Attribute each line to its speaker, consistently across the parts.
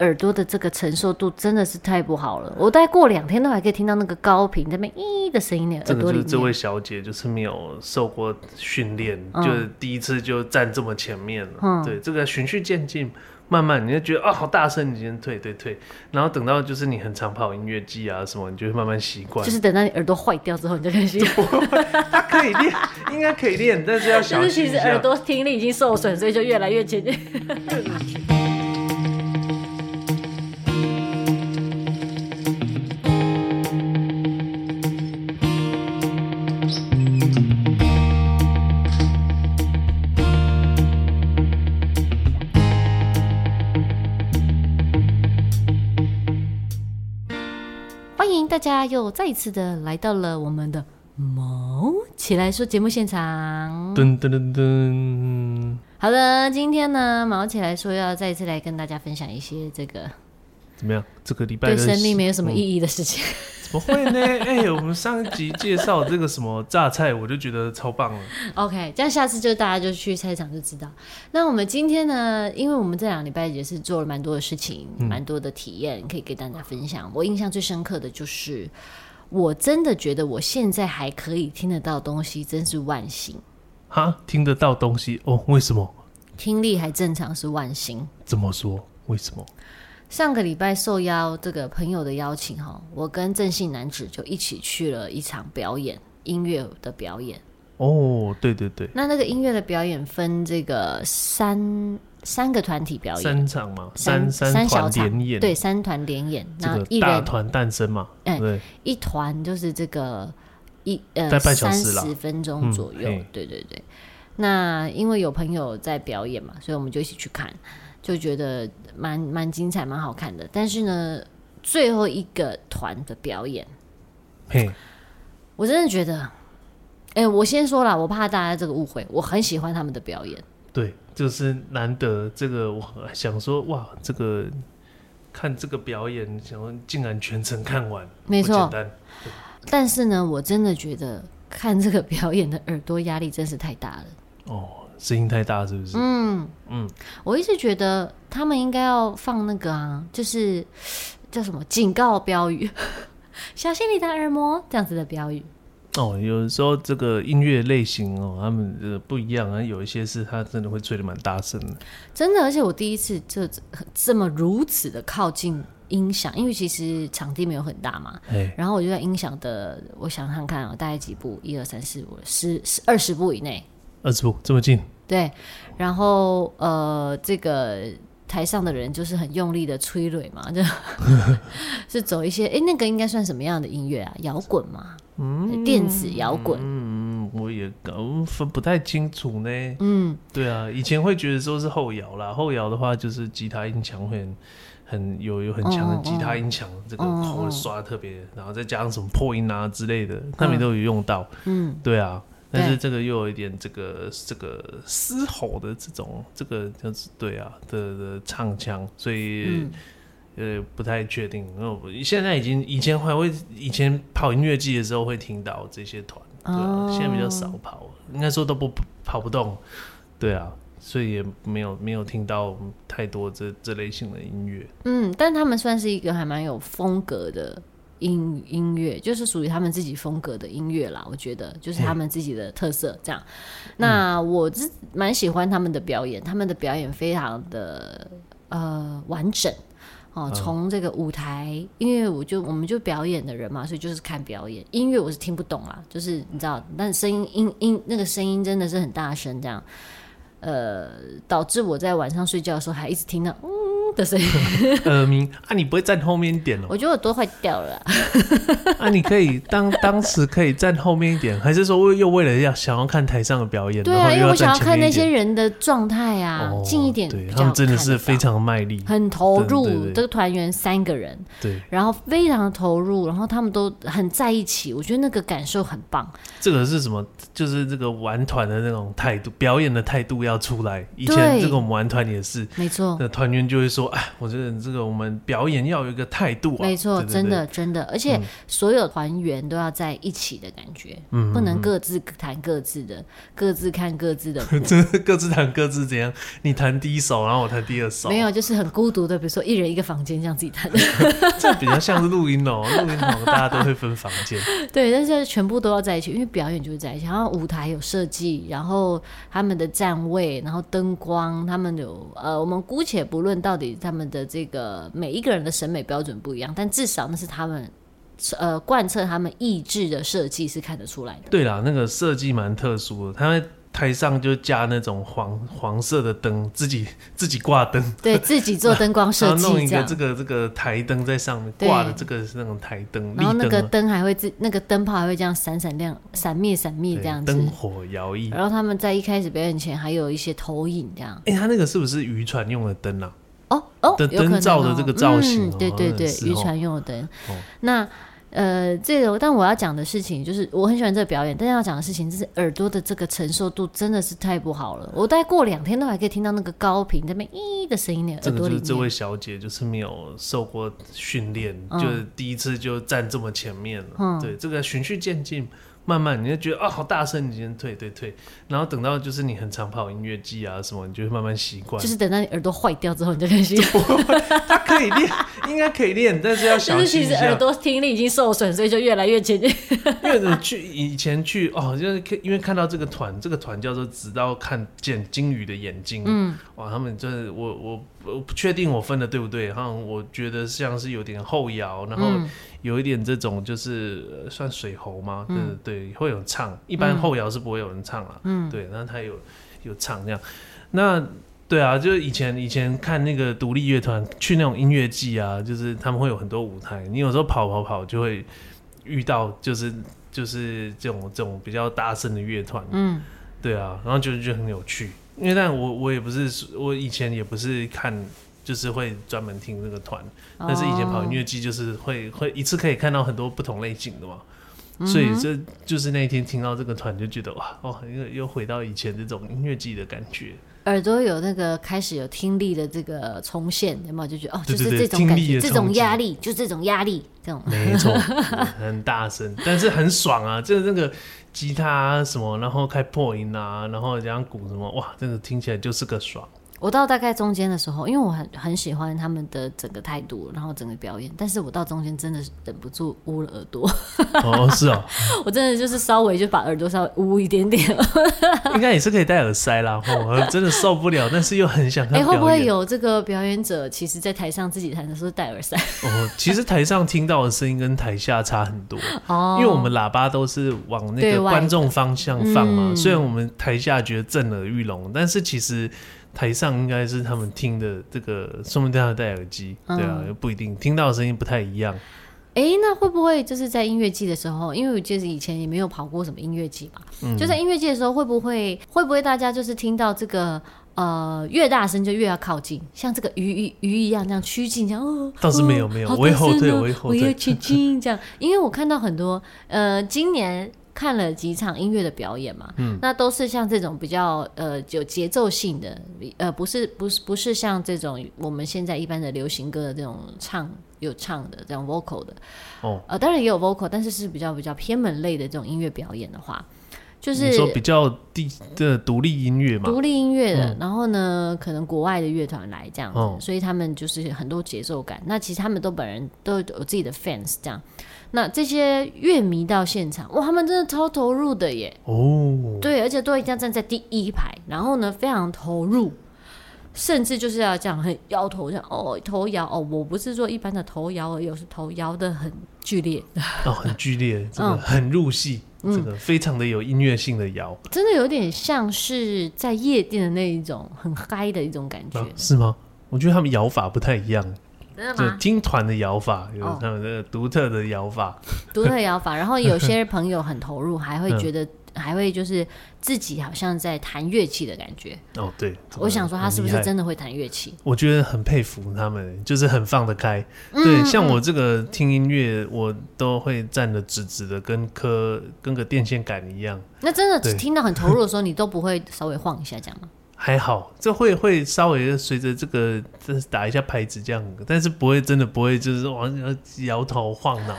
Speaker 1: 耳朵的这个承受度真的是太不好了。我大概过两天都还可以听到那个高频那边咦的声音呢，
Speaker 2: 这
Speaker 1: 耳
Speaker 2: 个
Speaker 1: 朵
Speaker 2: 就
Speaker 1: 里
Speaker 2: 是这
Speaker 1: 面。
Speaker 2: 位小姐，就是没有受过训练，
Speaker 1: 嗯
Speaker 2: 就是第一次就站这么前面了。
Speaker 1: 嗯
Speaker 2: 对，这个循序渐进，慢慢你就觉得啊、好大声，你先退退退，然后等到就是你很常跑音乐季啊什么，你就会慢慢习惯。
Speaker 1: 就是等到你耳朵坏掉之后，你就开 始，
Speaker 2: 它可以练，应该可以练，但是要
Speaker 1: 就
Speaker 2: 小
Speaker 1: 是
Speaker 2: 心
Speaker 1: 其
Speaker 2: 一
Speaker 1: 实
Speaker 2: 下。
Speaker 1: 耳朵听力已经受损，所以就越来越接近。欢迎大家又再一次的来到了我们的毛起来说节目现场。
Speaker 2: 噔噔噔噔，
Speaker 1: 好的，今天呢，毛起来说要再一次来跟大家分享一些这个
Speaker 2: 怎么样？这个礼拜
Speaker 1: 对
Speaker 2: 的
Speaker 1: 生命没有什么
Speaker 2: 嗯
Speaker 1: 意义的事情。
Speaker 2: 怎么会呢？哎、我们上一集介绍这个什么榨菜，我就觉得超棒了。
Speaker 1: OK，这样下次就大家就去菜市场就知道。那我们今天呢，因为我们这两个礼拜也是做了蛮多的事情，蛮多的体验可以给大家分享。我印象最深刻的就是，我真的觉得我现在还可以听得到东西，真是万幸。
Speaker 2: 哈，听得到东西哦？为什么？
Speaker 1: 听力还正常是万幸。
Speaker 2: 怎么说？为什么？
Speaker 1: 上个礼拜受邀这个朋友的邀请哈，我跟郑信男子就一起去了一场表演，音乐的表演。
Speaker 2: 哦，对对对，
Speaker 1: 那那个音乐的表演分这个三三个团体表演，
Speaker 2: 三场嘛，
Speaker 1: 三
Speaker 2: 三
Speaker 1: 小
Speaker 2: 团
Speaker 1: 场
Speaker 2: 联演，
Speaker 1: 对，，三团联演，
Speaker 2: 这
Speaker 1: 然后
Speaker 2: 个
Speaker 1: 一
Speaker 2: 大
Speaker 1: 人
Speaker 2: 团诞生嘛，
Speaker 1: 哎
Speaker 2: 对，
Speaker 1: 一团就是这个一呃
Speaker 2: 大概半小
Speaker 1: 三
Speaker 2: 时啦
Speaker 1: 十分钟
Speaker 2: 嗯
Speaker 1: 左右，
Speaker 2: 嘿
Speaker 1: 对对对。那因为有朋友在表演嘛，所以我们就一起去看，就觉得蛮蛮精彩，蛮好看的。但是呢，最后一个团的表演，
Speaker 2: 嘿，
Speaker 1: 我真的觉得，哎、我先说了，我怕大家这个误会，我很喜欢他们的表演。
Speaker 2: 对，就是难得这个，我想说，哇，这个看这个表演，想说竟然全程看完，
Speaker 1: 没
Speaker 2: 不
Speaker 1: 错
Speaker 2: 简，单，
Speaker 1: 但是呢，我真的觉得看这个表演的耳朵压力真是太大了。
Speaker 2: 哦，声音太大是不是？嗯嗯，
Speaker 1: 我一直觉得他们应该要放那个啊，就是叫什么警告标语， 小心你的耳膜这样子的标语。
Speaker 2: 哦，有时候这个音乐类型哦，他们呃不一样啊，有一些是他真的会吹的蛮大声的，
Speaker 1: 真的，而且我第一次这这么如此的靠近音响，因为其实场地没有很大嘛。
Speaker 2: 哎，
Speaker 1: 然后我就在音响的，我想想看啊，大概几步，一二三四五十十二十步以内，
Speaker 2: 二十步这么近，
Speaker 1: 对。然后呃，这个台上的人就是很用力的催泪嘛，就是走一些，哎，那个应该算什么样的音乐啊？摇滚嘛，
Speaker 2: 嗯，
Speaker 1: 电子摇滚，
Speaker 2: 嗯，我也搞分不太清楚呢。
Speaker 1: 嗯，
Speaker 2: 对啊，以前会觉得说是后摇啦，后摇的话就是吉他音强会很很有有很强
Speaker 1: 哦
Speaker 2: 的吉他音强，这个
Speaker 1: 哦哦
Speaker 2: 喉刷得特别，然后再加上什么破音啊之类的，他们都有用到。
Speaker 1: 嗯，
Speaker 2: 对啊，但
Speaker 1: 对
Speaker 2: 是这个又有一点这个这个嘶吼的这种这个就是对啊的的唱腔，所以。
Speaker 1: 嗯
Speaker 2: 呃，不太确定。那我现在已经以前还会，以前跑音乐季的时候会听到这些团，对啊，
Speaker 1: 哦
Speaker 2: 现在比较少跑，应该说都不跑不动，对啊，所以也没有没有听到太多这这类型的音乐。
Speaker 1: 嗯，但他们算是一个还蛮有风格的音音乐，就是属于他们自己风格的音乐啦。我觉得就是他们自己的特色这样。那我是蛮喜欢他们的表演，他们的表演非常的呃完整。哦，从这个舞台，因为我就我们就表演的人嘛，所以就是看表演。音乐我是听不懂啦，就是你知道，但声音音音那个声音真的是很大声，这样，呃，导致我在晚上睡觉的时候还一直听到嗯的声音，
Speaker 2: 耳鸣啊，你不会站后面一点哦、
Speaker 1: 我觉得我都坏掉了啊、
Speaker 2: 啊，你 可以当当时可以站后面一点，还是说为又为了要想要看台上的表演，
Speaker 1: 对
Speaker 2: 然后
Speaker 1: 啊，
Speaker 2: 又
Speaker 1: 因为
Speaker 2: 要
Speaker 1: 我想
Speaker 2: 站
Speaker 1: 要
Speaker 2: 前
Speaker 1: 看
Speaker 2: 面
Speaker 1: 那
Speaker 2: 一
Speaker 1: 些
Speaker 2: 点
Speaker 1: 人的状态啊，
Speaker 2: 哦
Speaker 1: 近一点比
Speaker 2: 对
Speaker 1: 较
Speaker 2: 他们真的
Speaker 1: 看
Speaker 2: 是
Speaker 1: 得
Speaker 2: 非
Speaker 1: 到
Speaker 2: 常卖力，
Speaker 1: 很投
Speaker 2: 对对
Speaker 1: 入。
Speaker 2: 对
Speaker 1: 这个团员三个人，
Speaker 2: 对，
Speaker 1: 然后非常投入，然后他们都很在一起，我觉得那个感受很棒。
Speaker 2: 这个是什么？就是这个玩团的那种态度，表演的态度要出来。以前
Speaker 1: 对
Speaker 2: 这个我们玩团也是，
Speaker 1: 没错，
Speaker 2: 那团员就会说：“说，哎，我觉得这个我们表演要有一个态度啊，
Speaker 1: 没错，
Speaker 2: 对对嗯
Speaker 1: 真
Speaker 2: 对
Speaker 1: 的真的，而且所有团员都要在一起的感觉，
Speaker 2: 嗯
Speaker 1: 不能各自弹各自的，各自看各自 的谱
Speaker 2: 各自弹各自怎样？你弹第一首，然后我弹第二首，
Speaker 1: 没有，就是很孤独的，比如说一人一个房间这样自己弹，
Speaker 2: 这比较像是录音哦，录音哦，大家都会分房间，
Speaker 1: 对，但是全部都要在一起，因为表演就是在一起。然后舞台有设计，然后他们的站位，然后灯光，他们有呃，我们姑且不论到底他们的这个每一个人的审美标准不一样，但至少那是他们呃贯彻他们意志的设计是看得出来的。
Speaker 2: 对啦，那个设计蛮特殊的，他在台上就加那种黄黄色的灯，自己自己挂灯，
Speaker 1: 对自己做灯光
Speaker 2: 然
Speaker 1: 设
Speaker 2: 后弄
Speaker 1: 计
Speaker 2: 一
Speaker 1: 这
Speaker 2: 个
Speaker 1: 样
Speaker 2: 这，个这个台灯在上面
Speaker 1: 对
Speaker 2: 挂的这个是那种台灯，立
Speaker 1: 然后那个
Speaker 2: 灯啊，
Speaker 1: 灯还会自那个灯泡还会这样闪闪亮、闪灭、闪灭
Speaker 2: 对
Speaker 1: 这样子。
Speaker 2: 灯火摇曳。
Speaker 1: 然后他们在一开始表演前还有一些投影这样。
Speaker 2: 哎、他那个是不是渔船用的灯啊？
Speaker 1: 哦哦，
Speaker 2: 灯
Speaker 1: 有可能
Speaker 2: 灯罩的
Speaker 1: 哦
Speaker 2: 这个造型哦
Speaker 1: 嗯、对对对，
Speaker 2: 是哦
Speaker 1: 渔船用的灯。
Speaker 2: 哦
Speaker 1: 那呃，这个但我要讲的事情就是，我很喜欢这个表演，但要讲的事情就是耳朵的这个承受度真的是太不好了。我大概过两天都还可以听到那个高频这边咦的声音呢，
Speaker 2: 这
Speaker 1: 耳朵
Speaker 2: 个就
Speaker 1: 里
Speaker 2: 是这
Speaker 1: 面。
Speaker 2: 位小姐，就是没有受过训练，
Speaker 1: 嗯
Speaker 2: 就是第一次就站这么前面了。
Speaker 1: 嗯
Speaker 2: 对，这个循序渐进，慢慢你就觉得啊、好大声，你先退退退，然后等到就是你很常跑音乐季啊什么，你就会慢慢习惯。
Speaker 1: 就是等到你耳朵坏掉之后，你就开始，
Speaker 2: 他可以练，应该可以练，但是要
Speaker 1: 就
Speaker 2: 小
Speaker 1: 是
Speaker 2: 心
Speaker 1: 其
Speaker 2: 一
Speaker 1: 实
Speaker 2: 下
Speaker 1: 耳。朵听力已经受损，所以就越来越前进。
Speaker 2: 因为我去以前去哦，就是看因为看到这个团，这个团叫做“直到看见金鱼的眼睛”，嗯，哇，他们就是我我我不确定我分的对不对，好像我觉得像是有点后摇，然后有一点这种就是、呃算水喉吗？嗯，对，会有唱，一般后摇是不会有人唱啦，嗯，对，然后他有有唱这样，那。对啊，就是以前以前看那个独立乐团去那种音乐季啊，就是他们会有很多舞台，你有时候跑跑跑就会遇到就是就是这种这种比较大声的乐团，
Speaker 1: 嗯，
Speaker 2: 对啊，然后就就很有趣。因为但我我也不是我以前也不是看，就是会专门听这个团，但是以前跑音乐季就是会会一次可以看到很多不同类型的嘛。所以这就是那一天听到这个团，就觉得哇哦，又又回到以前这种音乐季的感觉，
Speaker 1: 耳朵有那个开始有听力的这个重现，有没有？就觉得哦，就
Speaker 2: 对
Speaker 1: 是这
Speaker 2: 对对
Speaker 1: 种感
Speaker 2: 听力
Speaker 1: 觉，
Speaker 2: 的
Speaker 1: 这
Speaker 2: 冲
Speaker 1: 种
Speaker 2: 击
Speaker 1: 压力，就这种压力，这种
Speaker 2: 没错， 很大声，但是很爽啊！就是那个吉他、什么，然后开破音啊，然后加上鼓什么，哇，真的听起来就是个爽。
Speaker 1: 我到大概中间的时候，因为我很很喜欢他们的整个态度，然后整个表演，但是我到中间真的是忍不住捂了耳朵，
Speaker 2: 哦，是哦，
Speaker 1: 我真的就是稍微就把耳朵稍微捂一点点。
Speaker 2: 应该也是可以戴耳塞啦。我真的受不了，但是又很想看
Speaker 1: 哎、
Speaker 2: 表演。
Speaker 1: 会不会有这个表演者其实在台上自己弹的时候戴耳 塞？
Speaker 2: 哦，其实台上听到的声音跟台下差很多，
Speaker 1: 哦
Speaker 2: 因为我们喇叭都是往那
Speaker 1: 对
Speaker 2: 个
Speaker 1: 外
Speaker 2: 观众方向放嘛。
Speaker 1: 嗯
Speaker 2: 虽然我们台下觉得震耳欲聋，但是其实台上应该是他们听的这个，说不定他戴耳机，对啊，
Speaker 1: 嗯
Speaker 2: 又不一定听到的声音不太一样。
Speaker 1: 哎、那会不会就是在音乐季的时候，因为我就是以前也没有跑过什么音乐季嘛，
Speaker 2: 嗯
Speaker 1: 就在音乐季的时候，会不会会不会大家就是听到这个呃越大声就越要靠近，像这个鱼鱼鱼一样这样趋近，这样哦，
Speaker 2: 倒是没有
Speaker 1: 哦
Speaker 2: 没有
Speaker 1: 好
Speaker 2: 我也
Speaker 1: 大
Speaker 2: 后
Speaker 1: 声
Speaker 2: 退
Speaker 1: 哦
Speaker 2: 我也后
Speaker 1: 我
Speaker 2: 退
Speaker 1: 要趋近这样，因为我看到很 多呃今年。看了几场音乐的表演嘛，
Speaker 2: 嗯
Speaker 1: 那都是像这种比较呃有节奏性的，呃，不是不是不是像这种我们现在一般的流行歌的这种唱有唱的这样 vocal 的，
Speaker 2: 哦，
Speaker 1: 呃，当然也有 vocal，但是是比较比较偏门类的这种音乐表演的话，就是
Speaker 2: 你说比较地这独立音乐嘛，嗯
Speaker 1: 独立音乐的，然后呢，可能国外的乐团来这样子，
Speaker 2: 哦
Speaker 1: 所以他们就是很多节奏感。那其实他们都本人都有自己的 fans 这样。那这些乐迷到现场，哇，他们真的超投入的耶，
Speaker 2: 哦，
Speaker 1: 对，而且都一定要站在第一排，然后呢，非常投入。甚至就是要这样很摇头，这样哦头摇哦，我不是说一般的头摇而已，我是头摇的很剧烈，
Speaker 2: 哦，很剧烈，这
Speaker 1: 嗯
Speaker 2: 个很入戏，这个非常的有音乐性的摇，
Speaker 1: 真的有点像是在夜店的那一种很嗨的一种感觉
Speaker 2: 啊，是吗？我觉得他们摇法不太一样，
Speaker 1: 真的
Speaker 2: 就
Speaker 1: 吗？
Speaker 2: 听团的摇法有
Speaker 1: 哦
Speaker 2: 他们的独特的摇法，
Speaker 1: 独 特摇法，然后有些朋友很投入，还会
Speaker 2: 嗯
Speaker 1: 觉得，还会就是自己好像在弹乐器的感觉。
Speaker 2: 哦，对，这个
Speaker 1: 我想说他是不是
Speaker 2: 很厉害？
Speaker 1: 真的会弹乐器？
Speaker 2: 我觉得很佩服他们，就是很放得开。
Speaker 1: 嗯
Speaker 2: 对，像我这个听音乐，我都会站得直直的，跟颗跟个电线杆一样。
Speaker 1: 那真的
Speaker 2: 对
Speaker 1: 听到很投入的时候，你都不会稍微晃一下这样吗？
Speaker 2: 还好，这会会稍微随着这个这打一下拍子这样，但是不会真的不会就是往摇头晃脑，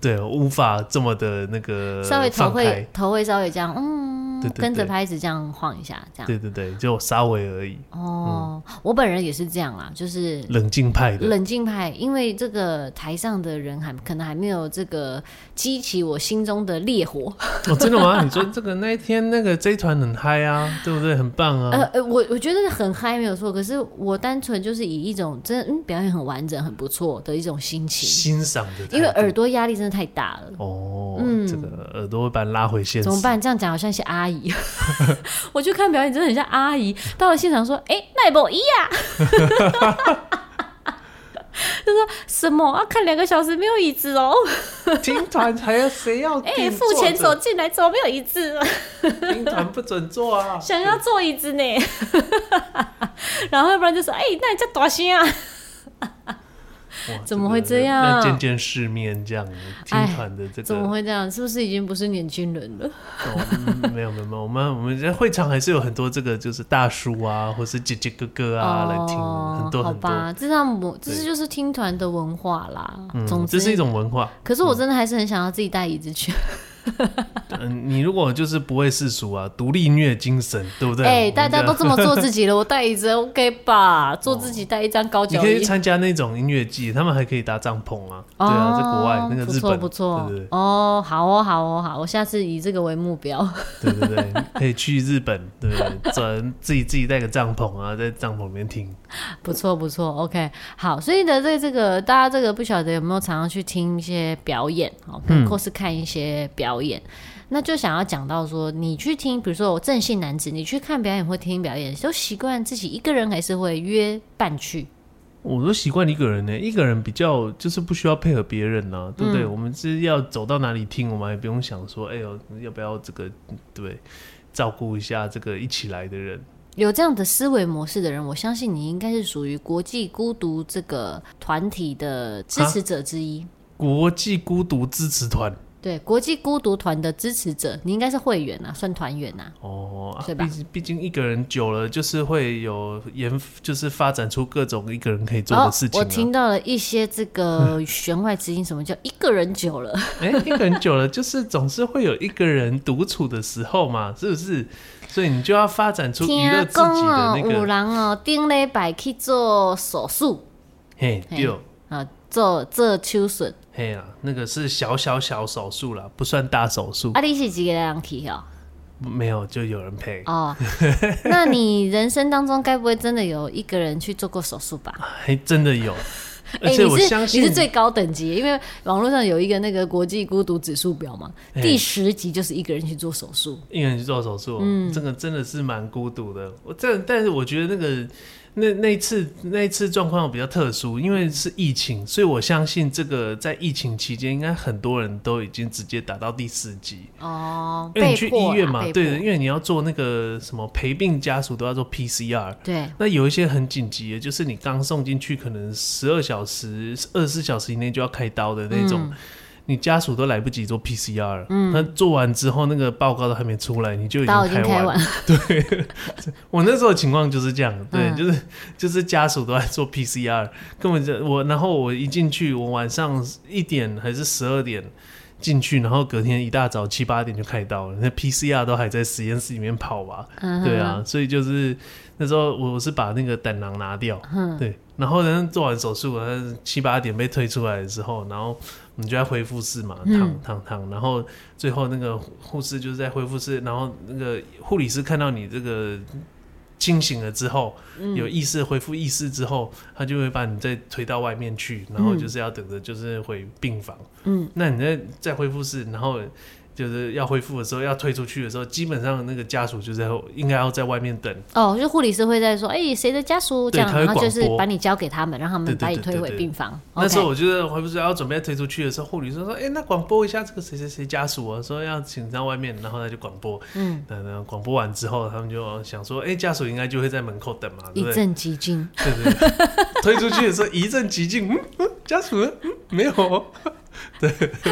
Speaker 2: 对，无法这么的那个
Speaker 1: 稍微头
Speaker 2: 呃放
Speaker 1: 会
Speaker 2: 开，
Speaker 1: 头会稍微这样，嗯，
Speaker 2: 对对
Speaker 1: 跟着
Speaker 2: 对
Speaker 1: 拍子这样晃一下，这样。
Speaker 2: 对对对，就稍微而已，
Speaker 1: 哦，我本人也是这样啦，就是
Speaker 2: 冷静派的，
Speaker 1: 冷静派，因为这个台上的人还可能还没有这个激起我心中的烈火。
Speaker 2: 哦，真的吗？你说这个那一天那个这一团很嗨啊，对不对？很棒啊，
Speaker 1: 呃呃，我我觉得很嗨没有错，可是我单纯就是以一种真的嗯表演很完整、很不错的一种心情，
Speaker 2: 欣赏的态度，
Speaker 1: 因为耳朵压力真的太大了。
Speaker 2: 哦，
Speaker 1: 嗯
Speaker 2: 这个耳朵会把你拉回现实，
Speaker 1: 怎么？办？这样讲好像一些阿 姨， 我去看表演真的很像阿姨。到了现场说：“哎、那不一呀、 就说什么啊？看两个小时没有椅子哦，
Speaker 2: 听团还要谁要
Speaker 1: 哎、
Speaker 2: 给你
Speaker 1: 付
Speaker 2: 坐
Speaker 1: 钱
Speaker 2: 着
Speaker 1: 走进来怎么没有椅子？！
Speaker 2: 听团不准坐啊
Speaker 1: 想要坐椅子呢？ 然后要不然就说：哎、那你叫多心啊？
Speaker 2: 哇
Speaker 1: 怎么会
Speaker 2: 个
Speaker 1: 这样哎
Speaker 2: 要见见世面，这样听团的这个
Speaker 1: 怎么会这样？是不是已经不是年轻人了？
Speaker 2: 哦嗯没有没有没有，我们我们在会场还是有很多这个就是大叔啊， 或是姐姐哥哥啊、来听，很多
Speaker 1: 哦好
Speaker 2: 很多。
Speaker 1: 吧，这让我这
Speaker 2: 对
Speaker 1: 就是听团的文化啦。总
Speaker 2: 嗯，
Speaker 1: 之
Speaker 2: 这是一种嗯文化。
Speaker 1: 可是我真的还是很想要自己带椅子去。
Speaker 2: 嗯，你如果就是不会世俗啊，独立音乐精神，对不 对？
Speaker 1: 哎、
Speaker 2: 我们
Speaker 1: 大家
Speaker 2: 这
Speaker 1: 都这么做自己了，我带椅子 OK 吧？做自己带一张高
Speaker 2: 哦你
Speaker 1: 脚
Speaker 2: 可以
Speaker 1: 椅哦
Speaker 2: 去。参加那种音乐季，他们还可以搭帐篷啊。对啊，在国外那个
Speaker 1: 不
Speaker 2: 日
Speaker 1: 错
Speaker 2: 本，
Speaker 1: 不错
Speaker 2: 对对
Speaker 1: 哦，好哦好哦好，我下次以这个为目标。
Speaker 2: 对对对对，可以去日本，对不对？转自己自己带个帐篷啊，在帐篷里面听。
Speaker 1: 不错不错，OK，好，所以呢，这这个大家这个不晓得有没有常常去听一些表演，好，或是看一些表演，那就想要讲到说，你去听，比如说我正性男子，你去看表演或听表演，都习惯自己一个人，还是会约伴去？
Speaker 2: 我都习惯一个人呢、一个人比较就是不需要配合别人呐、对不对？我们是要走到哪里听，我们也不用想说，哎呦，要不要这个对不对照顾一下这个一起来的人？
Speaker 1: 有这样的思维模式的人，我相信你应该是属于国际孤独这个团体的支持者之一。
Speaker 2: 国际孤独支持团
Speaker 1: 对，国际孤独团的支持者，你应该是会员啊，算团员啊。
Speaker 2: 哦，啊
Speaker 1: 对吧
Speaker 2: 毕竟毕竟一个人久了，就是会有研，就是发展出各种一个人可以做的事情、
Speaker 1: 哦。我
Speaker 2: 啊。
Speaker 1: 听到了一些这 个弦外之音，什么叫一个人久了？
Speaker 2: 哎、一个人久了，就是总是会有一个人独处的时候嘛，是不是？所以你 就要发展出娱乐自
Speaker 1: 讲
Speaker 2: 己的
Speaker 1: 哦
Speaker 2: 那，
Speaker 1: 有
Speaker 2: 个，
Speaker 1: 人哦，顶礼拜去做手术
Speaker 2: 嘿，
Speaker 1: 嘿
Speaker 2: 对。哦
Speaker 1: 啊，做做手术。
Speaker 2: 嘿呀，那个是小小小手术啦，不算大手术，
Speaker 1: 啊，你是几个人去 哦？
Speaker 2: 没有就有人陪。
Speaker 1: 哦，那你人生当中该不会真的有一个人去做过手术吧？
Speaker 2: 还真的有，
Speaker 1: 哎、
Speaker 2: 而且
Speaker 1: 你
Speaker 2: 我
Speaker 1: 是
Speaker 2: 相信
Speaker 1: 你是最高等级，因为网络上有一个那个国际孤独指数表嘛，
Speaker 2: 哎
Speaker 1: 第十级就是一个人去做手术。
Speaker 2: 一个人去做手术，
Speaker 1: 嗯
Speaker 2: 这个真的是蛮孤独的。我这但是我觉得那个那那一次那一次状况比较特殊，因为是疫情，所以我相信这个在疫情期间，应该很多人都已经直接打到第四级。
Speaker 1: 哦，
Speaker 2: 哎因为你
Speaker 1: 被
Speaker 2: 去医
Speaker 1: 迫
Speaker 2: 院
Speaker 1: 啦
Speaker 2: 嘛，
Speaker 1: 被
Speaker 2: 对，
Speaker 1: 迫
Speaker 2: 因为你要做那个什么陪病家属都要做 PCR，
Speaker 1: 对，
Speaker 2: 那有一些很紧急的，就是你刚送进去，可能十二小时、二十四小时以内就要开刀的那种，
Speaker 1: 嗯
Speaker 2: 你家属都来不及做 PCR，嗯，那做完之后那个报告都还没出来，你就已经
Speaker 1: 刀已经
Speaker 2: 开
Speaker 1: 开
Speaker 2: 完。
Speaker 1: 完，
Speaker 2: 我那时候的情况就是这样，对，
Speaker 1: 嗯
Speaker 2: 就是就是家属都在做 PCR，根本就我，然后我一进去，我晚上一点还是十二点。进去，然后隔天一大早七八点就开刀了，那 PCR 都还在实验室里面跑吧，
Speaker 1: 嗯
Speaker 2: 对啊，所以就是那时候我是把那个胆囊拿掉，
Speaker 1: 嗯
Speaker 2: 对，然后呢做完手术，然后七八点被推出来的时候，然后我们就在恢复室嘛，
Speaker 1: 嗯
Speaker 2: 躺躺躺，然后最后那个护护士就是在恢复室，然后那个护理师看到你这个。清醒了之后，
Speaker 1: 嗯
Speaker 2: 有意识恢复意识之后，他就会把你再推到外面去，然后就是要等着就是回病房。
Speaker 1: 嗯，
Speaker 2: 那你在在恢复室，然后就是要恢复的时候，要推出去的时候，基本上那个家属就在后应该要在外面等，
Speaker 1: 哦，就护理师会在说，哎、谁的家属这
Speaker 2: 对
Speaker 1: 样，
Speaker 2: 他会
Speaker 1: 然后就
Speaker 2: 广
Speaker 1: 是
Speaker 2: 播
Speaker 1: 把你交给他们，让他们
Speaker 2: 对对
Speaker 1: 把你
Speaker 2: 对
Speaker 1: 推
Speaker 2: 对
Speaker 1: 回
Speaker 2: 对
Speaker 1: 病房。
Speaker 2: 那时候
Speaker 1: OK
Speaker 2: 我就是回不啊是要准备要推出去的时候，护理师说：“哎、那广播一下这个谁谁谁家属啊，说要请到外面。”然后他就广播，
Speaker 1: 嗯，
Speaker 2: 那那广播完之后，他们就想说：“哎、家属应该就会在门口等嘛，对
Speaker 1: 一
Speaker 2: 不对
Speaker 1: 阵寂静？”
Speaker 2: 嗯对对对。推出去的时候一阵寂静，嗯，嗯家属呢嗯没有哦，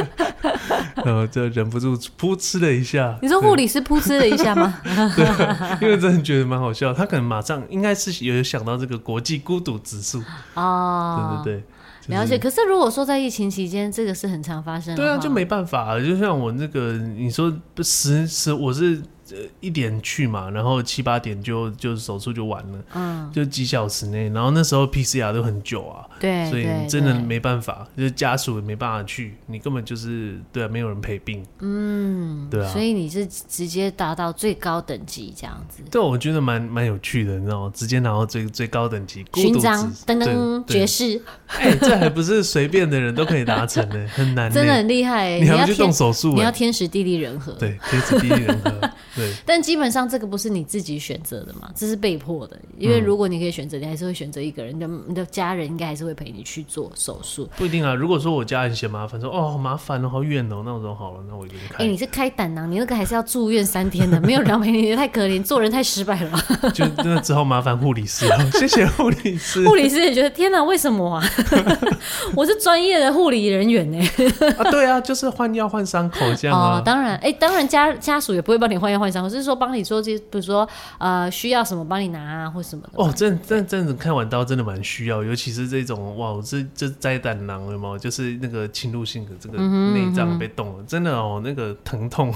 Speaker 2: 然后就忍不住噗嗤了一下。
Speaker 1: 你说护理师噗嗤了一下 吗？
Speaker 2: 对，因为真的觉得蛮好笑。他可能马上应该是有想到这个国际孤独指数，
Speaker 1: 哦，
Speaker 2: 对对对。就是
Speaker 1: 了解。可是如果说在疫情期间，这个是很常发生的话，
Speaker 2: 对啊，就没办法了。就像我那个，你说不十十，我是呃一点去嘛，然后七八点就就手术就完了，
Speaker 1: 嗯，
Speaker 2: 就几小时内。然后那时候 PCR 都很久啊，
Speaker 1: 对，
Speaker 2: 所以
Speaker 1: 对
Speaker 2: 真的
Speaker 1: 对
Speaker 2: 没办法，就是家属也没办法去，你根本就是对啊，没有人陪病。嗯，对啊
Speaker 1: 所。以你是直接达到最高等级这样子，
Speaker 2: 对，啊我觉得蛮蛮有趣的，你知道吗？直接拿到最最高等级孤独
Speaker 1: 勋
Speaker 2: 指
Speaker 1: 章噔噔
Speaker 2: 对
Speaker 1: 爵
Speaker 2: 对，
Speaker 1: 士，
Speaker 2: 哎、这还不是随便的人都可以达成的，很难、欸，
Speaker 1: 真的很厉害欸。
Speaker 2: 你还
Speaker 1: 要
Speaker 2: 要去动
Speaker 1: 天，
Speaker 2: 手术、
Speaker 1: 你
Speaker 2: 欸，
Speaker 1: 要天时地利人和。
Speaker 2: 对，天时地利人 和，对，
Speaker 1: 但基本上这个不是你自己选择的嘛，这是被迫的。因
Speaker 2: 嗯
Speaker 1: 为如果你可以选择，你还是会选择一个人，你的你的家人应该还是会陪你去做手术。
Speaker 2: 不一定啊。如果说我家人嫌麻烦，说哦好麻烦哦，好远哦，那我说好了，那我一个人
Speaker 1: 哎、
Speaker 2: 开，
Speaker 1: 你是开胆囊，你那个还是要住院三天的，没有人陪你，太可怜，做人太失败 了。
Speaker 2: 就真的只好麻烦护理师了。谢谢护理师
Speaker 1: 护理师也觉得天哪，为什么啊？ 我是专业的护理人员呢、
Speaker 2: 啊，对啊，就是换药换伤口这样
Speaker 1: 哦
Speaker 2: 啊，。
Speaker 1: 当然，哎、当然家家属也不会帮你换药换伤，我是说帮你做这，比如说呃需要什么帮你拿啊，或什么的。
Speaker 2: 哦，这这这样子看完刀真的蛮需要，尤其是这种哇，我这这摘胆囊了嘛，就是那个侵入性的这个
Speaker 1: 嗯
Speaker 2: 内脏被动了，真的哦，那个疼痛，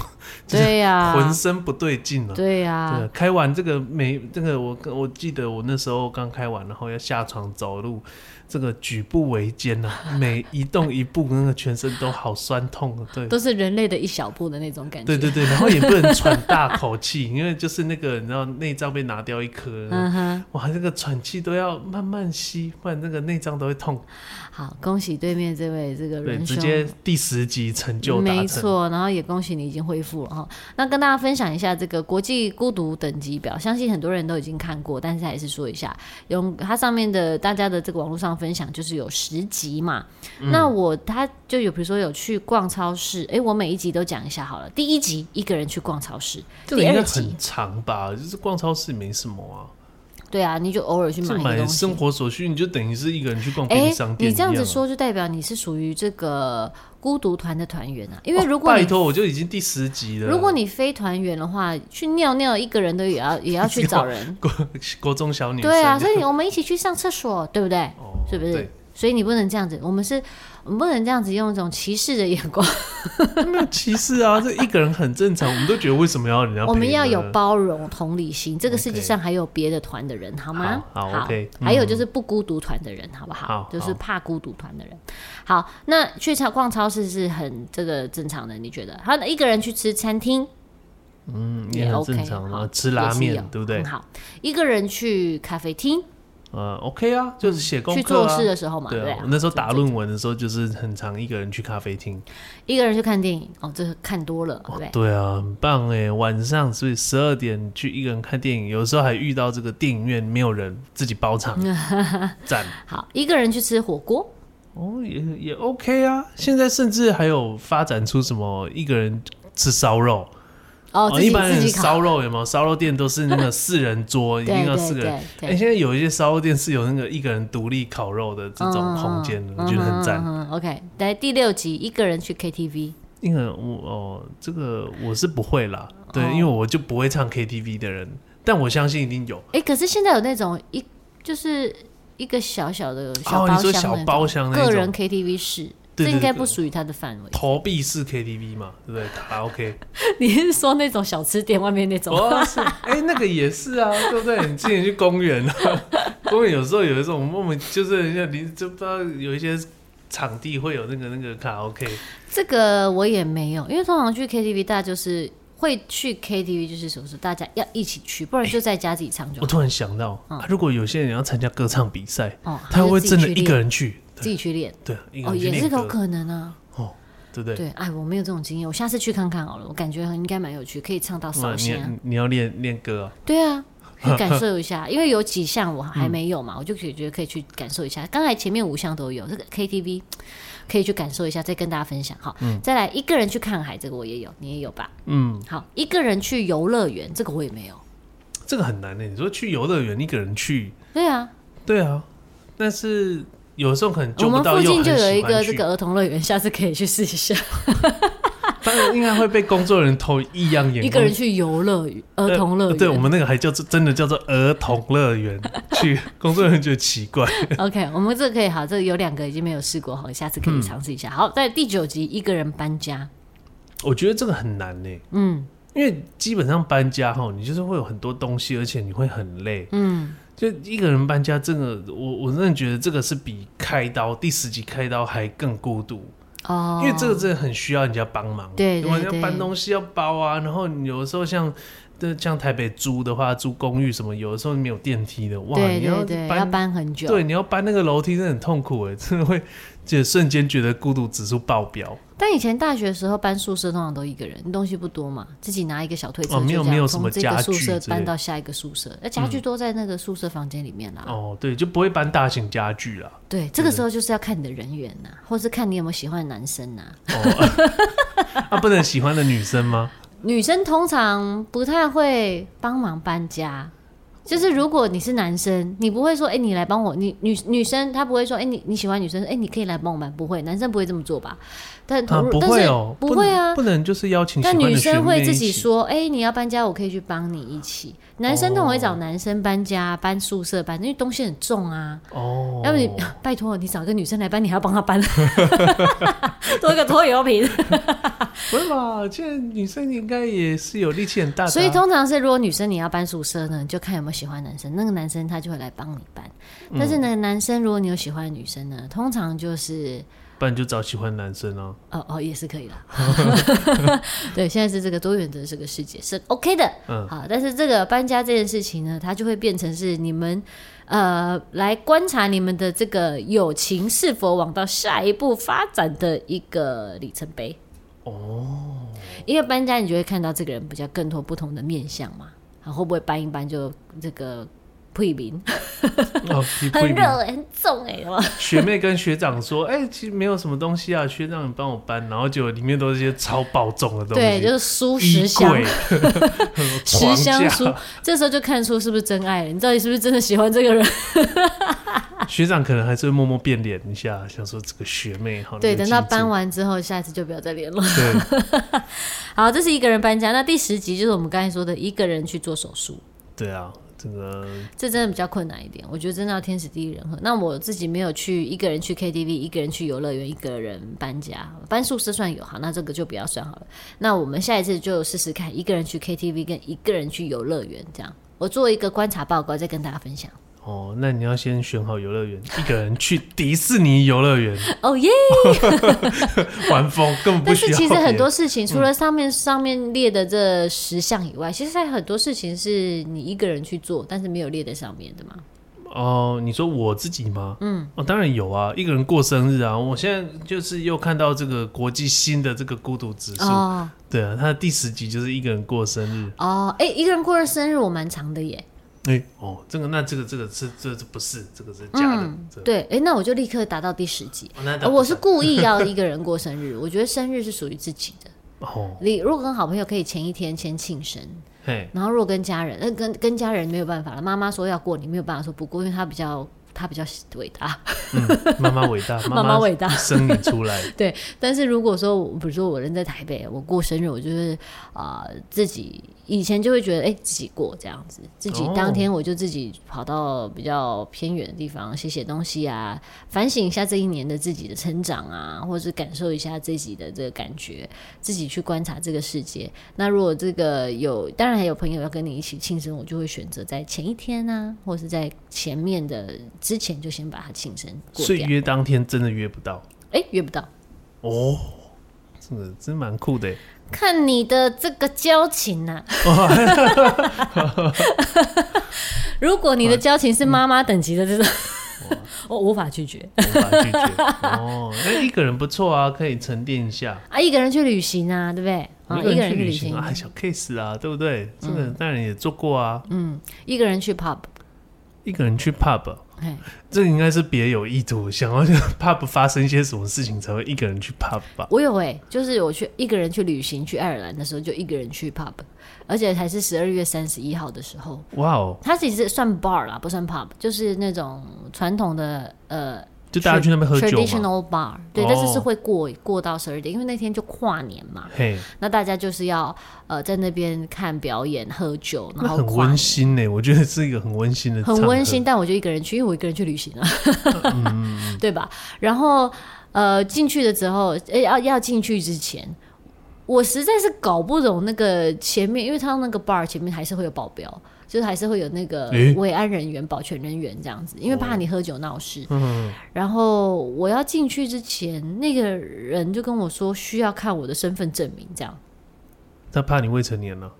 Speaker 2: 就是
Speaker 1: 对呀、
Speaker 2: 浑身不对劲了。
Speaker 1: 对呀、
Speaker 2: 对，开完这个没这个我跟我记得我那时候刚开完，然后要下床走路，这个举步维艰呐、 每移动一步，那个全身都好酸痛啊。对，
Speaker 1: 都是人类的一小步的那种感觉。
Speaker 2: 对对对，然后也不能喘大口气， 因为就是那个你知道内脏被拿掉一颗，
Speaker 1: 嗯哼，
Speaker 2: 哇，这个喘气都要慢慢吸，不然那个内脏都会痛。
Speaker 1: 好，恭喜对面这位这个
Speaker 2: 对，
Speaker 1: 人
Speaker 2: 直
Speaker 1: 兄。
Speaker 2: 接第十集成就达
Speaker 1: 没
Speaker 2: 成。
Speaker 1: 错，然后也恭喜你已经恢复了哈。那跟大家分享一下这个国际孤独等级表，相信很多人都已经看过，但是还是说一下，有它上面的大家的这个网络上分享就是有十集嘛。
Speaker 2: 嗯
Speaker 1: 那我他就有比如说有去逛超市，诶，我每一集都讲一下好了。第一集一个人去逛超市，
Speaker 2: 这个
Speaker 1: 第
Speaker 2: 应该
Speaker 1: 二集
Speaker 2: 很长吧？就是逛超市没什么啊，
Speaker 1: 对啊，你就偶尔去
Speaker 2: 就
Speaker 1: 买一个
Speaker 2: 买
Speaker 1: 东西
Speaker 2: 生。活所需，你就等于是一个人去逛便利
Speaker 1: 诶，
Speaker 2: 商店
Speaker 1: 你
Speaker 2: 一
Speaker 1: 这
Speaker 2: 样啊、
Speaker 1: 样子说就代表你是属于这个孤独团的团员啊，因为如果
Speaker 2: 哦拜
Speaker 1: 你
Speaker 2: 托，我就已经第十集了。
Speaker 1: 如果你非团员的话，去尿尿一个人都也 要也要去找人，
Speaker 2: 国国中小女生，
Speaker 1: 对啊，所以我们一起去上厕所，对不对？
Speaker 2: 哦
Speaker 1: 是不是
Speaker 2: 对？
Speaker 1: 所以你不能这样子，我们是，我们不能这样子用一种歧视的眼光，
Speaker 2: 没有歧视 啊，这一个人很正常，我们都觉得为什么要人家陪啊呢？
Speaker 1: 我们要有包容、同理心。这个世界
Speaker 2: OK
Speaker 1: 上还有别的团的人，好吗？
Speaker 2: 好好 OK，嗯
Speaker 1: 还有就是不孤独团的人，好不好？
Speaker 2: 好
Speaker 1: 就是
Speaker 2: 好
Speaker 1: 怕孤独团的人。好，那去超逛超市是很这个正常的，你觉得？好，那一个人去吃餐厅，
Speaker 2: 嗯，
Speaker 1: 也
Speaker 2: 很
Speaker 1: OK，
Speaker 2: 正常
Speaker 1: 好
Speaker 2: 啊，吃拉
Speaker 1: 也是
Speaker 2: 面
Speaker 1: 有嗯
Speaker 2: 对不对
Speaker 1: 很？好，一个人去咖啡厅
Speaker 2: 呃，OK 啊，就是写功
Speaker 1: 嗯去
Speaker 2: 课
Speaker 1: 做
Speaker 2: 啊
Speaker 1: 事。的时候嘛，
Speaker 2: 对
Speaker 1: 对
Speaker 2: 啊，
Speaker 1: 啊
Speaker 2: 我那时候打论文的时候，就是很常一个人去咖啡厅。
Speaker 1: 一个人去看电影，哦，这个看多了，对不对？
Speaker 2: 对啊，很棒哎！晚上所以十二点去一个人看电影，有时候还遇到这个电影院没有人，自己 包场，赞
Speaker 1: 好，一个人去吃火锅，
Speaker 2: 哦，也也 OK 啊。现在甚至还有发展出什么一个人吃烧肉，
Speaker 1: 哦，自己
Speaker 2: 一般
Speaker 1: 自
Speaker 2: 人
Speaker 1: 己烤，
Speaker 2: 烧肉有没有？烧肉店都是那个四人 桌，一
Speaker 1: 对
Speaker 2: 定要
Speaker 1: 对
Speaker 2: 四个人。
Speaker 1: 对
Speaker 2: 哎、
Speaker 1: 对，
Speaker 2: 现在有一些烧肉店是有那个一个人独立烤肉的这种空间的，我觉得很赞。
Speaker 1: 嗯 OK，来第六集，一个人去 KTV，
Speaker 2: 因为我哦，这个我是不会啦，对，
Speaker 1: 哦
Speaker 2: 因为我就不会唱 KTV 的人，但我相信一定有。
Speaker 1: 哎，可是现在有那种一就是一个小小的小
Speaker 2: 哦，
Speaker 1: 包
Speaker 2: 你说
Speaker 1: 厢
Speaker 2: 小
Speaker 1: 那种
Speaker 2: 包厢那
Speaker 1: 个人
Speaker 2: 种
Speaker 1: KTV 室，
Speaker 2: 对
Speaker 1: 这
Speaker 2: 对
Speaker 1: 应该
Speaker 2: 对
Speaker 1: 不属于他的范围。
Speaker 2: 投币式 KTV 嘛，对不对？卡拉 OK，
Speaker 1: 你是说那种小吃店外面那种？
Speaker 2: 哦，是，哎、那个也是啊，对不对？你之前去公园啊，公园有时候有一种莫名，就是像你就不知道有一些场地会有那个那个卡拉 OK，
Speaker 1: 这个我也没有，因为通常去 KTV 大家就是。会去 KTV 就是什么时候大家要一起去，不然就在家自己唱就
Speaker 2: 我
Speaker 1: 好。
Speaker 2: 突然想到，啊如果有些人要参加歌唱比赛，
Speaker 1: 哦，
Speaker 2: 他会不会
Speaker 1: 还是嗯自
Speaker 2: 真
Speaker 1: 己
Speaker 2: 的
Speaker 1: 去
Speaker 2: 一个人去，
Speaker 1: 练自己去练，
Speaker 2: 对，一个
Speaker 1: 哦，
Speaker 2: 人去
Speaker 1: 也是
Speaker 2: 练
Speaker 1: 有
Speaker 2: 歌，
Speaker 1: 可能啊。
Speaker 2: 哦，对不对？
Speaker 1: 对，哎，我没有这种经验，我下次去看看好了。我感觉应该蛮有趣，可以唱到
Speaker 2: 哇
Speaker 1: 扫
Speaker 2: 你嗯
Speaker 1: 兴、啊。
Speaker 2: 你你要练练歌啊，
Speaker 1: 对啊，去感受一 下，因为有几项我
Speaker 2: 嗯
Speaker 1: 还没有嘛，我就可以觉得可以去感受一下。刚才前面五项都有，这个 KTV 可以去感受一下，再跟大家分享哈。再来一个人去看海，这个我也有，你也有吧？
Speaker 2: 嗯，
Speaker 1: 好，一个人去游乐园，这个我也没有。
Speaker 2: 这个很难呢、你说去游乐园一个人去，
Speaker 1: 对啊，
Speaker 2: 对啊，但是有时候可能
Speaker 1: 我
Speaker 2: 救不
Speaker 1: 们
Speaker 2: 到，
Speaker 1: 附
Speaker 2: 又
Speaker 1: 近就
Speaker 2: 很
Speaker 1: 有一
Speaker 2: 喜
Speaker 1: 个
Speaker 2: 欢
Speaker 1: 这
Speaker 2: 去。
Speaker 1: 个儿童乐园，下次可以去试一下。
Speaker 2: 当然应该会被工作人员投异样眼光。呃
Speaker 1: 一个人去游乐园、儿童乐园，
Speaker 2: 对我们那个还叫做真的叫做儿童乐 园，去工作人员觉得奇怪。
Speaker 1: OK，我们这个可以好，这个有两个已经没有试过，好，下次可以尝试一下。好，在第九集一个人搬家，
Speaker 2: 我觉得这个很难呢、
Speaker 1: 嗯
Speaker 2: 因为基本上搬家哈，你就是会有很多东西，而且你会很累。
Speaker 1: 嗯，
Speaker 2: 就一个人搬家，这个我我真的觉得这个是比开刀第十集开刀还更孤独，
Speaker 1: 哦，
Speaker 2: 因为这个真的很需要人家帮忙。
Speaker 1: 对对
Speaker 2: 因为要
Speaker 1: 对
Speaker 2: 搬东西要包啊，然后你有的时候像。对像台北租的话，租公寓什么，有的时候没有电梯的，哇！
Speaker 1: 对
Speaker 2: 你要
Speaker 1: 对对，要
Speaker 2: 搬
Speaker 1: 搬很久，
Speaker 2: 对，你要搬那个楼梯真的很痛苦哎，真的会，就瞬间觉得孤独指数爆表。
Speaker 1: 但以前大学的时候搬宿舍通常都一个人，东西不多嘛，自己拿一个小推车
Speaker 2: 哦
Speaker 1: 就
Speaker 2: 没
Speaker 1: 这
Speaker 2: 有
Speaker 1: 样
Speaker 2: 没有什
Speaker 1: 从
Speaker 2: 么
Speaker 1: 这
Speaker 2: 家
Speaker 1: 个宿
Speaker 2: 具
Speaker 1: 舍
Speaker 2: 之类
Speaker 1: 搬
Speaker 2: 的
Speaker 1: 到下一个宿舍，那家具都在那个宿舍房间里面啦。
Speaker 2: 哦，对，就不会搬大型家具啦。
Speaker 1: 对，这个时候就是要看你的人缘呐、或是看你有没有喜欢的男生呐、
Speaker 2: 哦， 啊，不能喜欢的女生吗？
Speaker 1: 女生通常不太会帮忙搬家，就是如果你是男生，你不会说，哎、你来帮我。你女女生她不会说，哎、你你喜欢女生，哎、你可以来帮我搬，不会，男生不会这么做吧？但
Speaker 2: 啊
Speaker 1: 投入、，
Speaker 2: 不
Speaker 1: 但
Speaker 2: 会
Speaker 1: 是
Speaker 2: 哦，
Speaker 1: 不会啊
Speaker 2: 能不能就是邀请喜
Speaker 1: 但
Speaker 2: 欢的
Speaker 1: 女生会
Speaker 2: 学妹
Speaker 1: 自
Speaker 2: 一
Speaker 1: 己
Speaker 2: 起，
Speaker 1: 说，哎、你要搬家，我可以去帮你一起。男生通常会找男生搬家、搬宿舍、搬，因为东西很重啊。
Speaker 2: 哦，
Speaker 1: 要不你 拜托你找一个女生来搬，你还要帮她搬， 多一个拖油瓶。
Speaker 2: 不会吧？现在女生应该也是有力气很大的啊、
Speaker 1: 所以通常是，如果女生你要搬宿舍呢，就看有没有喜欢的男生，那个男生他就会来帮你搬。但是呢，男生如果你有喜欢的女生呢，通常就是
Speaker 2: 不然就找喜欢的男生 哦、
Speaker 1: 哦哦也是可以啦。 对，现在是这个多元的这个世界是 OK 的。
Speaker 2: 嗯
Speaker 1: 好，但是这个搬家这件事情呢，它就会变成是你们呃来观察你们的这个友情是否往到下一步发展的一个里程碑。哦，因为搬家你就会看到这个人比较更多不同的面相嘛，啊会不会搬一搬就这个不一名，
Speaker 2: 哦，你不
Speaker 1: 很
Speaker 2: 一定
Speaker 1: 热很重哎、欸，有没有
Speaker 2: 学妹跟学长说，哎、其实没有什么东西啊，学长你帮我搬，然后结果里面都是一些超爆重的东西，
Speaker 1: 对，就是书
Speaker 2: 衣
Speaker 1: 食箱
Speaker 2: 柜、
Speaker 1: 十
Speaker 2: 床
Speaker 1: 箱
Speaker 2: 架
Speaker 1: 书，这时候就看出是不是真爱了，你到底是不是真的喜欢这个人？
Speaker 2: 学长可能还是会默默变脸一下，想说这个学妹好。
Speaker 1: 对，
Speaker 2: 你的
Speaker 1: 等到
Speaker 2: 精致
Speaker 1: 搬。完之后，下一次就不要再 联络。
Speaker 2: 对，
Speaker 1: 好，这是一个人搬家。那第十集就是我们刚才说的一个人去做手术，
Speaker 2: 对啊，这个
Speaker 1: 这真的比较困难一点。我觉得真的要天时地利人和。那我自己没有去一个人去 KTV，一个人去游乐园，一个人搬家，搬宿舍算有好，那这个就不要算好了。那我们下一次就试试看，一个人去 KTV 跟一个人去游乐园这样。我做一个观察报告，再跟大家分享。
Speaker 2: 哦，那你要先选好游乐园，一个人去迪士尼游乐园
Speaker 1: 哦耶！
Speaker 2: 玩疯，根本不
Speaker 1: 但
Speaker 2: 需
Speaker 1: 是
Speaker 2: 要
Speaker 1: 其
Speaker 2: 别人。嗯
Speaker 1: 实很多事情，除了上面、上面列的这十项以外，其实还有很多事情是你一个人去做，但是没有列在上面的嘛。
Speaker 2: 哦，你说我自己吗？嗯，哦，当然有啊，一个人过生日啊。我现在就是又看到这个国际新的这个孤独指数，
Speaker 1: 哦
Speaker 2: 对啊，他的第十集就是一个人过生日。
Speaker 1: 哦，哎、一个人过的生日我蛮长的耶。
Speaker 2: 哎、哦，这个那这个这个是这这不是这个是假的，
Speaker 1: 嗯
Speaker 2: 这个
Speaker 1: 对，哎、那我就立刻达到第十集。
Speaker 2: 哦那倒
Speaker 1: 呃
Speaker 2: 不
Speaker 1: 我是故意要一个人过生日，我 觉得生日是属于自己的。
Speaker 2: 哦，
Speaker 1: 你如果跟好朋友可以前一天先庆生，
Speaker 2: 嘿，
Speaker 1: 然后如果跟家人，那、呃跟跟家人没有办法了，妈妈说要过，你没有办法说不过，因为她比较她比较伟大。
Speaker 2: 妈妈伟大，
Speaker 1: 妈妈伟大
Speaker 2: 一生你出来，
Speaker 1: 对，但是如果说我，比如说我人在台北，我过生日，我就是啊、呃自己以前就会觉得，哎、自己过这样子，自己
Speaker 2: 哦
Speaker 1: 当天我就自己跑到比较偏远的地方写写东西啊，反省一下这一年的自己的成长啊，或者是感受一下自己的这个感觉，自己去观察这个世界。那如果这个有，当然还有朋友要跟你一起庆生，我就会选择在前一天啊，或是在前面的之前就先把它庆生 过
Speaker 2: 所以
Speaker 1: 掉。
Speaker 2: 约当天真的约不到
Speaker 1: 哎、约不到。
Speaker 2: 哦，这个真蛮酷的耶。
Speaker 1: 看你的这个交情啊呐、 如果你的交情是妈妈等级的这 种，我无法拒绝
Speaker 2: 无法 拒绝哦，那一个人不错啊，可以沉淀一下。
Speaker 1: 啊！一个人去旅行啊，对不对？啊，一个人
Speaker 2: 去
Speaker 1: 去旅
Speaker 2: 行
Speaker 1: 行，嗯
Speaker 2: 啊，小 case 啊，对不对？这个当然也做过啊。
Speaker 1: 一个人去 pub，
Speaker 2: 一个人去 pub，
Speaker 1: 哎，
Speaker 2: 这应该是别有意图，想要 pub 发生一些什么事情才会一个人去 pub 吧？
Speaker 1: 我有哎、就是我去一个人去旅行去爱尔兰的时候，就一个人去 pub，而且还是十二月三十一号的时候，
Speaker 2: 哇哦，
Speaker 1: 它其实算 bar 啦，不算 pub，就是那种传统的呃
Speaker 2: 就大家去那边喝酒嘛。
Speaker 1: traditional bar，对，但是是会过过到十二点，因为那天就跨年嘛，
Speaker 2: 嘿，
Speaker 1: 那大家就是要呃在那边看表演、喝酒，然
Speaker 2: 那
Speaker 1: 后
Speaker 2: 很
Speaker 1: 跨
Speaker 2: 温馨呢、我觉得是一个很温馨的，
Speaker 1: 很温馨，。但我就一个人去，因为我一个人去旅行啊，
Speaker 2: 嗯
Speaker 1: 对吧？然后呃，进去的时候，诶要要进去之前，我实在是搞不懂那个前面，因为他那个 bar 前面还是会有保镖，就是还是会有那个
Speaker 2: 诶
Speaker 1: 维安人员、保全人员这样子，因为怕你喝酒闹事。
Speaker 2: 嗯，
Speaker 1: 然后我要进去之前，那个人就跟我说需要看我的身份证明，这样。
Speaker 2: 他怕你未成年了，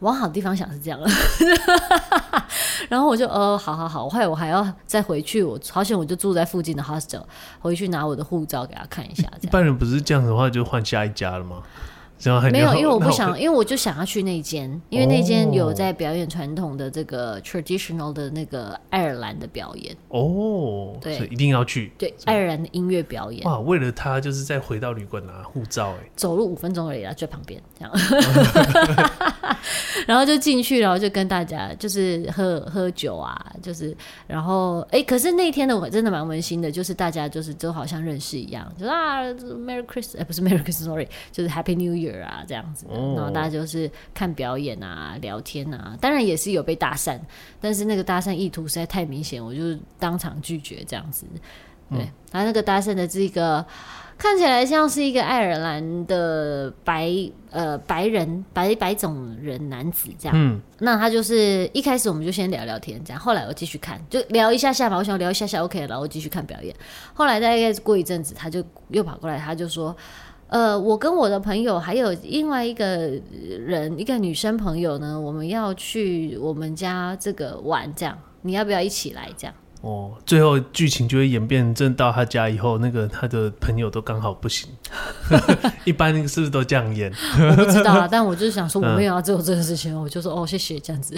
Speaker 1: 往好地方想是这样了， 然后我就呃，好好好，后来我还要再回去，我好险我就住在附近的 hostel，回去拿我的护照给他看一下，这
Speaker 2: 一
Speaker 1: 样
Speaker 2: 般人不是这样的话就换下一家了吗？这样还
Speaker 1: 没有，因为我
Speaker 2: 那
Speaker 1: 不想，因为我就想要去那间，因为那
Speaker 2: 哦
Speaker 1: 间有在表演传统的这个 traditional 的那个爱尔兰的表演，
Speaker 2: 哦，
Speaker 1: 对
Speaker 2: 所以一定要去
Speaker 1: 对，爱尔兰的音乐表演，
Speaker 2: 哇！为了他，就是再回到旅馆拿护照、哎，
Speaker 1: 走路五分钟而已啦，最旁边这样， 然后就进去，然后就跟大家就是喝喝酒啊，就是然后哎、可是那天的我真的蛮温馨的，就是大家就是都好像认识一样，就是啊，Merry Christmas，、哎不是 Merry Christmas，sorry，就是 Happy New Year 啊这样子的
Speaker 2: 哦
Speaker 1: 然后大家就是看表演啊、聊天啊，当然也是有被搭讪，但是那个搭讪意图实在太明显，我就当场拒绝这样子。对，他那个搭讪的这个看起来像是一个爱尔兰的白呃白人白白种人男子这样。
Speaker 2: 嗯，
Speaker 1: 那他就是一开始我们就先聊聊天这样，后来我继续看，就聊一下下嘛，我想聊一下下 OK，然后我继续看表演。后来大概过一阵子，他就又跑过来，他就说。呃，我跟我的朋友还有另外一个人，一个女生朋友呢，我们要去我们家这个玩，这样你要不要一起来？这样。
Speaker 2: 哦，最后剧情就会演变正到他家以后，那个他的朋友都刚好 不行，一般是不是都这样演？
Speaker 1: 我不知道啊啦，但我就是想说我没有要做这个事情，我就说哦谢谢这样子，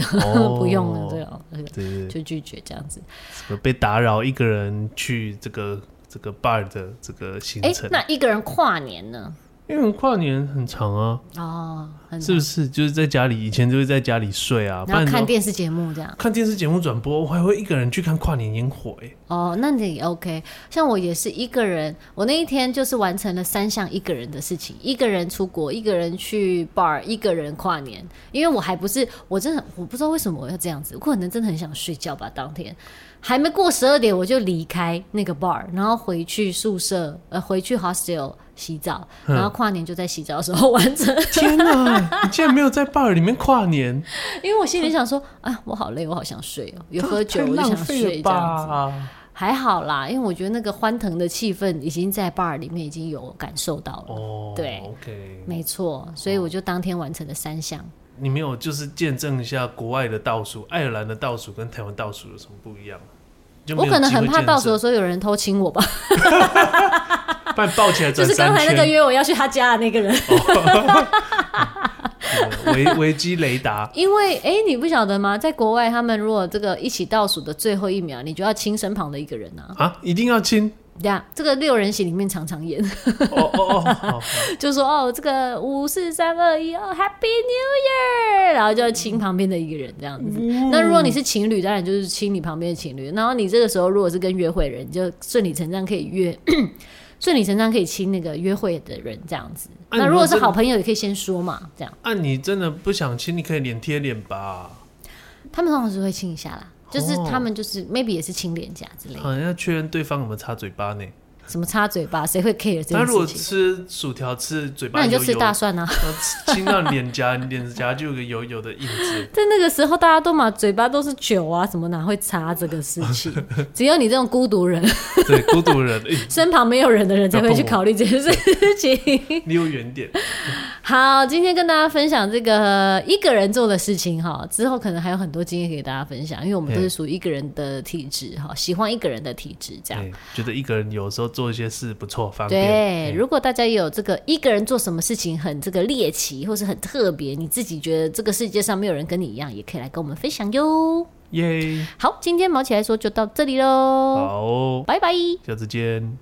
Speaker 2: 哦
Speaker 1: 不用了对哦，对
Speaker 2: 对对对，
Speaker 1: 就拒绝这样子。
Speaker 2: 什么被打扰一个人去这个这个 bar 的这个行
Speaker 1: 哎、
Speaker 2: 程，
Speaker 1: 那一个人跨年呢？
Speaker 2: 因为跨年很长啊，
Speaker 1: 哦，很
Speaker 2: 是不是？就是在家里，以前就会在家里睡啊，不
Speaker 1: 然后
Speaker 2: 然
Speaker 1: 看
Speaker 2: 就
Speaker 1: 电视节目这样。
Speaker 2: 看电视节目转播，我还会一个人去看跨年烟火、哎，
Speaker 1: 哦，那你也 OK。像我也是一个人，我那一天就是完成了三项一个人的事情：一个人出国，一个人去 bar，一个人跨年。因为我还不是，我真的我不知道为什么我要这样子，我可能真的很想睡觉吧。当天还没过十二点，我就离开那个 bar，然后回去宿舍，呃，回去 hostel 洗澡，然后跨年就在洗澡的时候完成。
Speaker 2: 天哪！ 你竟然没有在 bar 里面跨年，
Speaker 1: 因为我心里想说，啊，我好累，我好想睡哦，有喝酒
Speaker 2: 啊太
Speaker 1: 我就
Speaker 2: 浪
Speaker 1: 想
Speaker 2: 费
Speaker 1: 睡
Speaker 2: 了
Speaker 1: 这样子。
Speaker 2: 吧？
Speaker 1: 还好啦，因为我觉得那个欢腾的气氛已经在 bar 里面已经有感受到了，
Speaker 2: 哦，
Speaker 1: 对
Speaker 2: ，OK，
Speaker 1: 没错，所以我就当天完成了三项。
Speaker 2: 你没有就是见证一下国外的倒数，爱尔兰的倒数跟台湾倒数有什么不一样？就没
Speaker 1: 我
Speaker 2: 有
Speaker 1: 可能很
Speaker 2: 机会
Speaker 1: 怕
Speaker 2: 见
Speaker 1: 到时候
Speaker 2: 证，
Speaker 1: 说有人偷亲我吧，
Speaker 2: 把你抱起来
Speaker 1: 就
Speaker 2: 转
Speaker 1: 是
Speaker 2: 三
Speaker 1: 刚才那个
Speaker 2: 圈，哦
Speaker 1: 约我要去他家的那个人。。
Speaker 2: 对 维维基雷达
Speaker 1: 因为哎、诶你不晓得吗？在国外，他们如果这个一起倒数的最后一秒，你就要亲身旁的一个人啊。
Speaker 2: 啊，一定要亲
Speaker 1: 对啊，这个六人行里面常常演，
Speaker 2: 哦哦哦，好，
Speaker 1: 就说哦，这个五四三二一哦，Happy New Year，然后就要亲旁边的一个人这样子。
Speaker 2: 嗯
Speaker 1: 那如果你是情侣，当然就是亲你旁边的情侣。然后你这个时候如果是跟约会人，你就顺理成章可以约， 顺理成章可以亲那个约会的人这样子。那
Speaker 2: 啊你
Speaker 1: 如果是
Speaker 2: 真的
Speaker 1: 好朋友，也可以先说嘛，这样
Speaker 2: 啊，你真的不想亲，你可以脸贴脸吧？
Speaker 1: 他们通常是会亲一下啦。就是
Speaker 2: 哦
Speaker 1: 他们就是 maybe 也是亲脸颊之类的，
Speaker 2: 好像要确认对方有没有擦嘴巴呢。
Speaker 1: 什么擦嘴巴，谁会 care 这
Speaker 2: 他
Speaker 1: 件
Speaker 2: 如果
Speaker 1: 事情？
Speaker 2: 吃薯条吃嘴巴
Speaker 1: 那你就
Speaker 2: 油
Speaker 1: 吃
Speaker 2: 油
Speaker 1: 大蒜啊！
Speaker 2: 然后吃亲到脸颊，你脸颊就有个油油的印 子。
Speaker 1: 在那个时候，大家都嘛嘴巴都是酒啊，什么哪会擦这个事情？只有你这种孤独人，
Speaker 2: 对，孤独人，哎
Speaker 1: 身旁没有人的人才会去考虑这件事情。
Speaker 2: 离我远点。
Speaker 1: 好，今天跟大家分享这个一个人做的事情哈，之后可能还有很多经验给大家分享，因为我们都是属于一个人的体质哈，喜欢一个人的体质 这样。
Speaker 2: 哎觉得一个人有时候做一些事不错，方便。
Speaker 1: 对，
Speaker 2: 哎
Speaker 1: 如果大家也有这个一个人做什么事情很这个猎奇，或是很特别，你自己觉得这个世界上没有人跟你一样，也可以来跟我们分享哟。
Speaker 2: 耶，
Speaker 1: 好，今天毛起来说就到这里喽，
Speaker 2: 好，哦
Speaker 1: 拜拜。
Speaker 2: 下次见。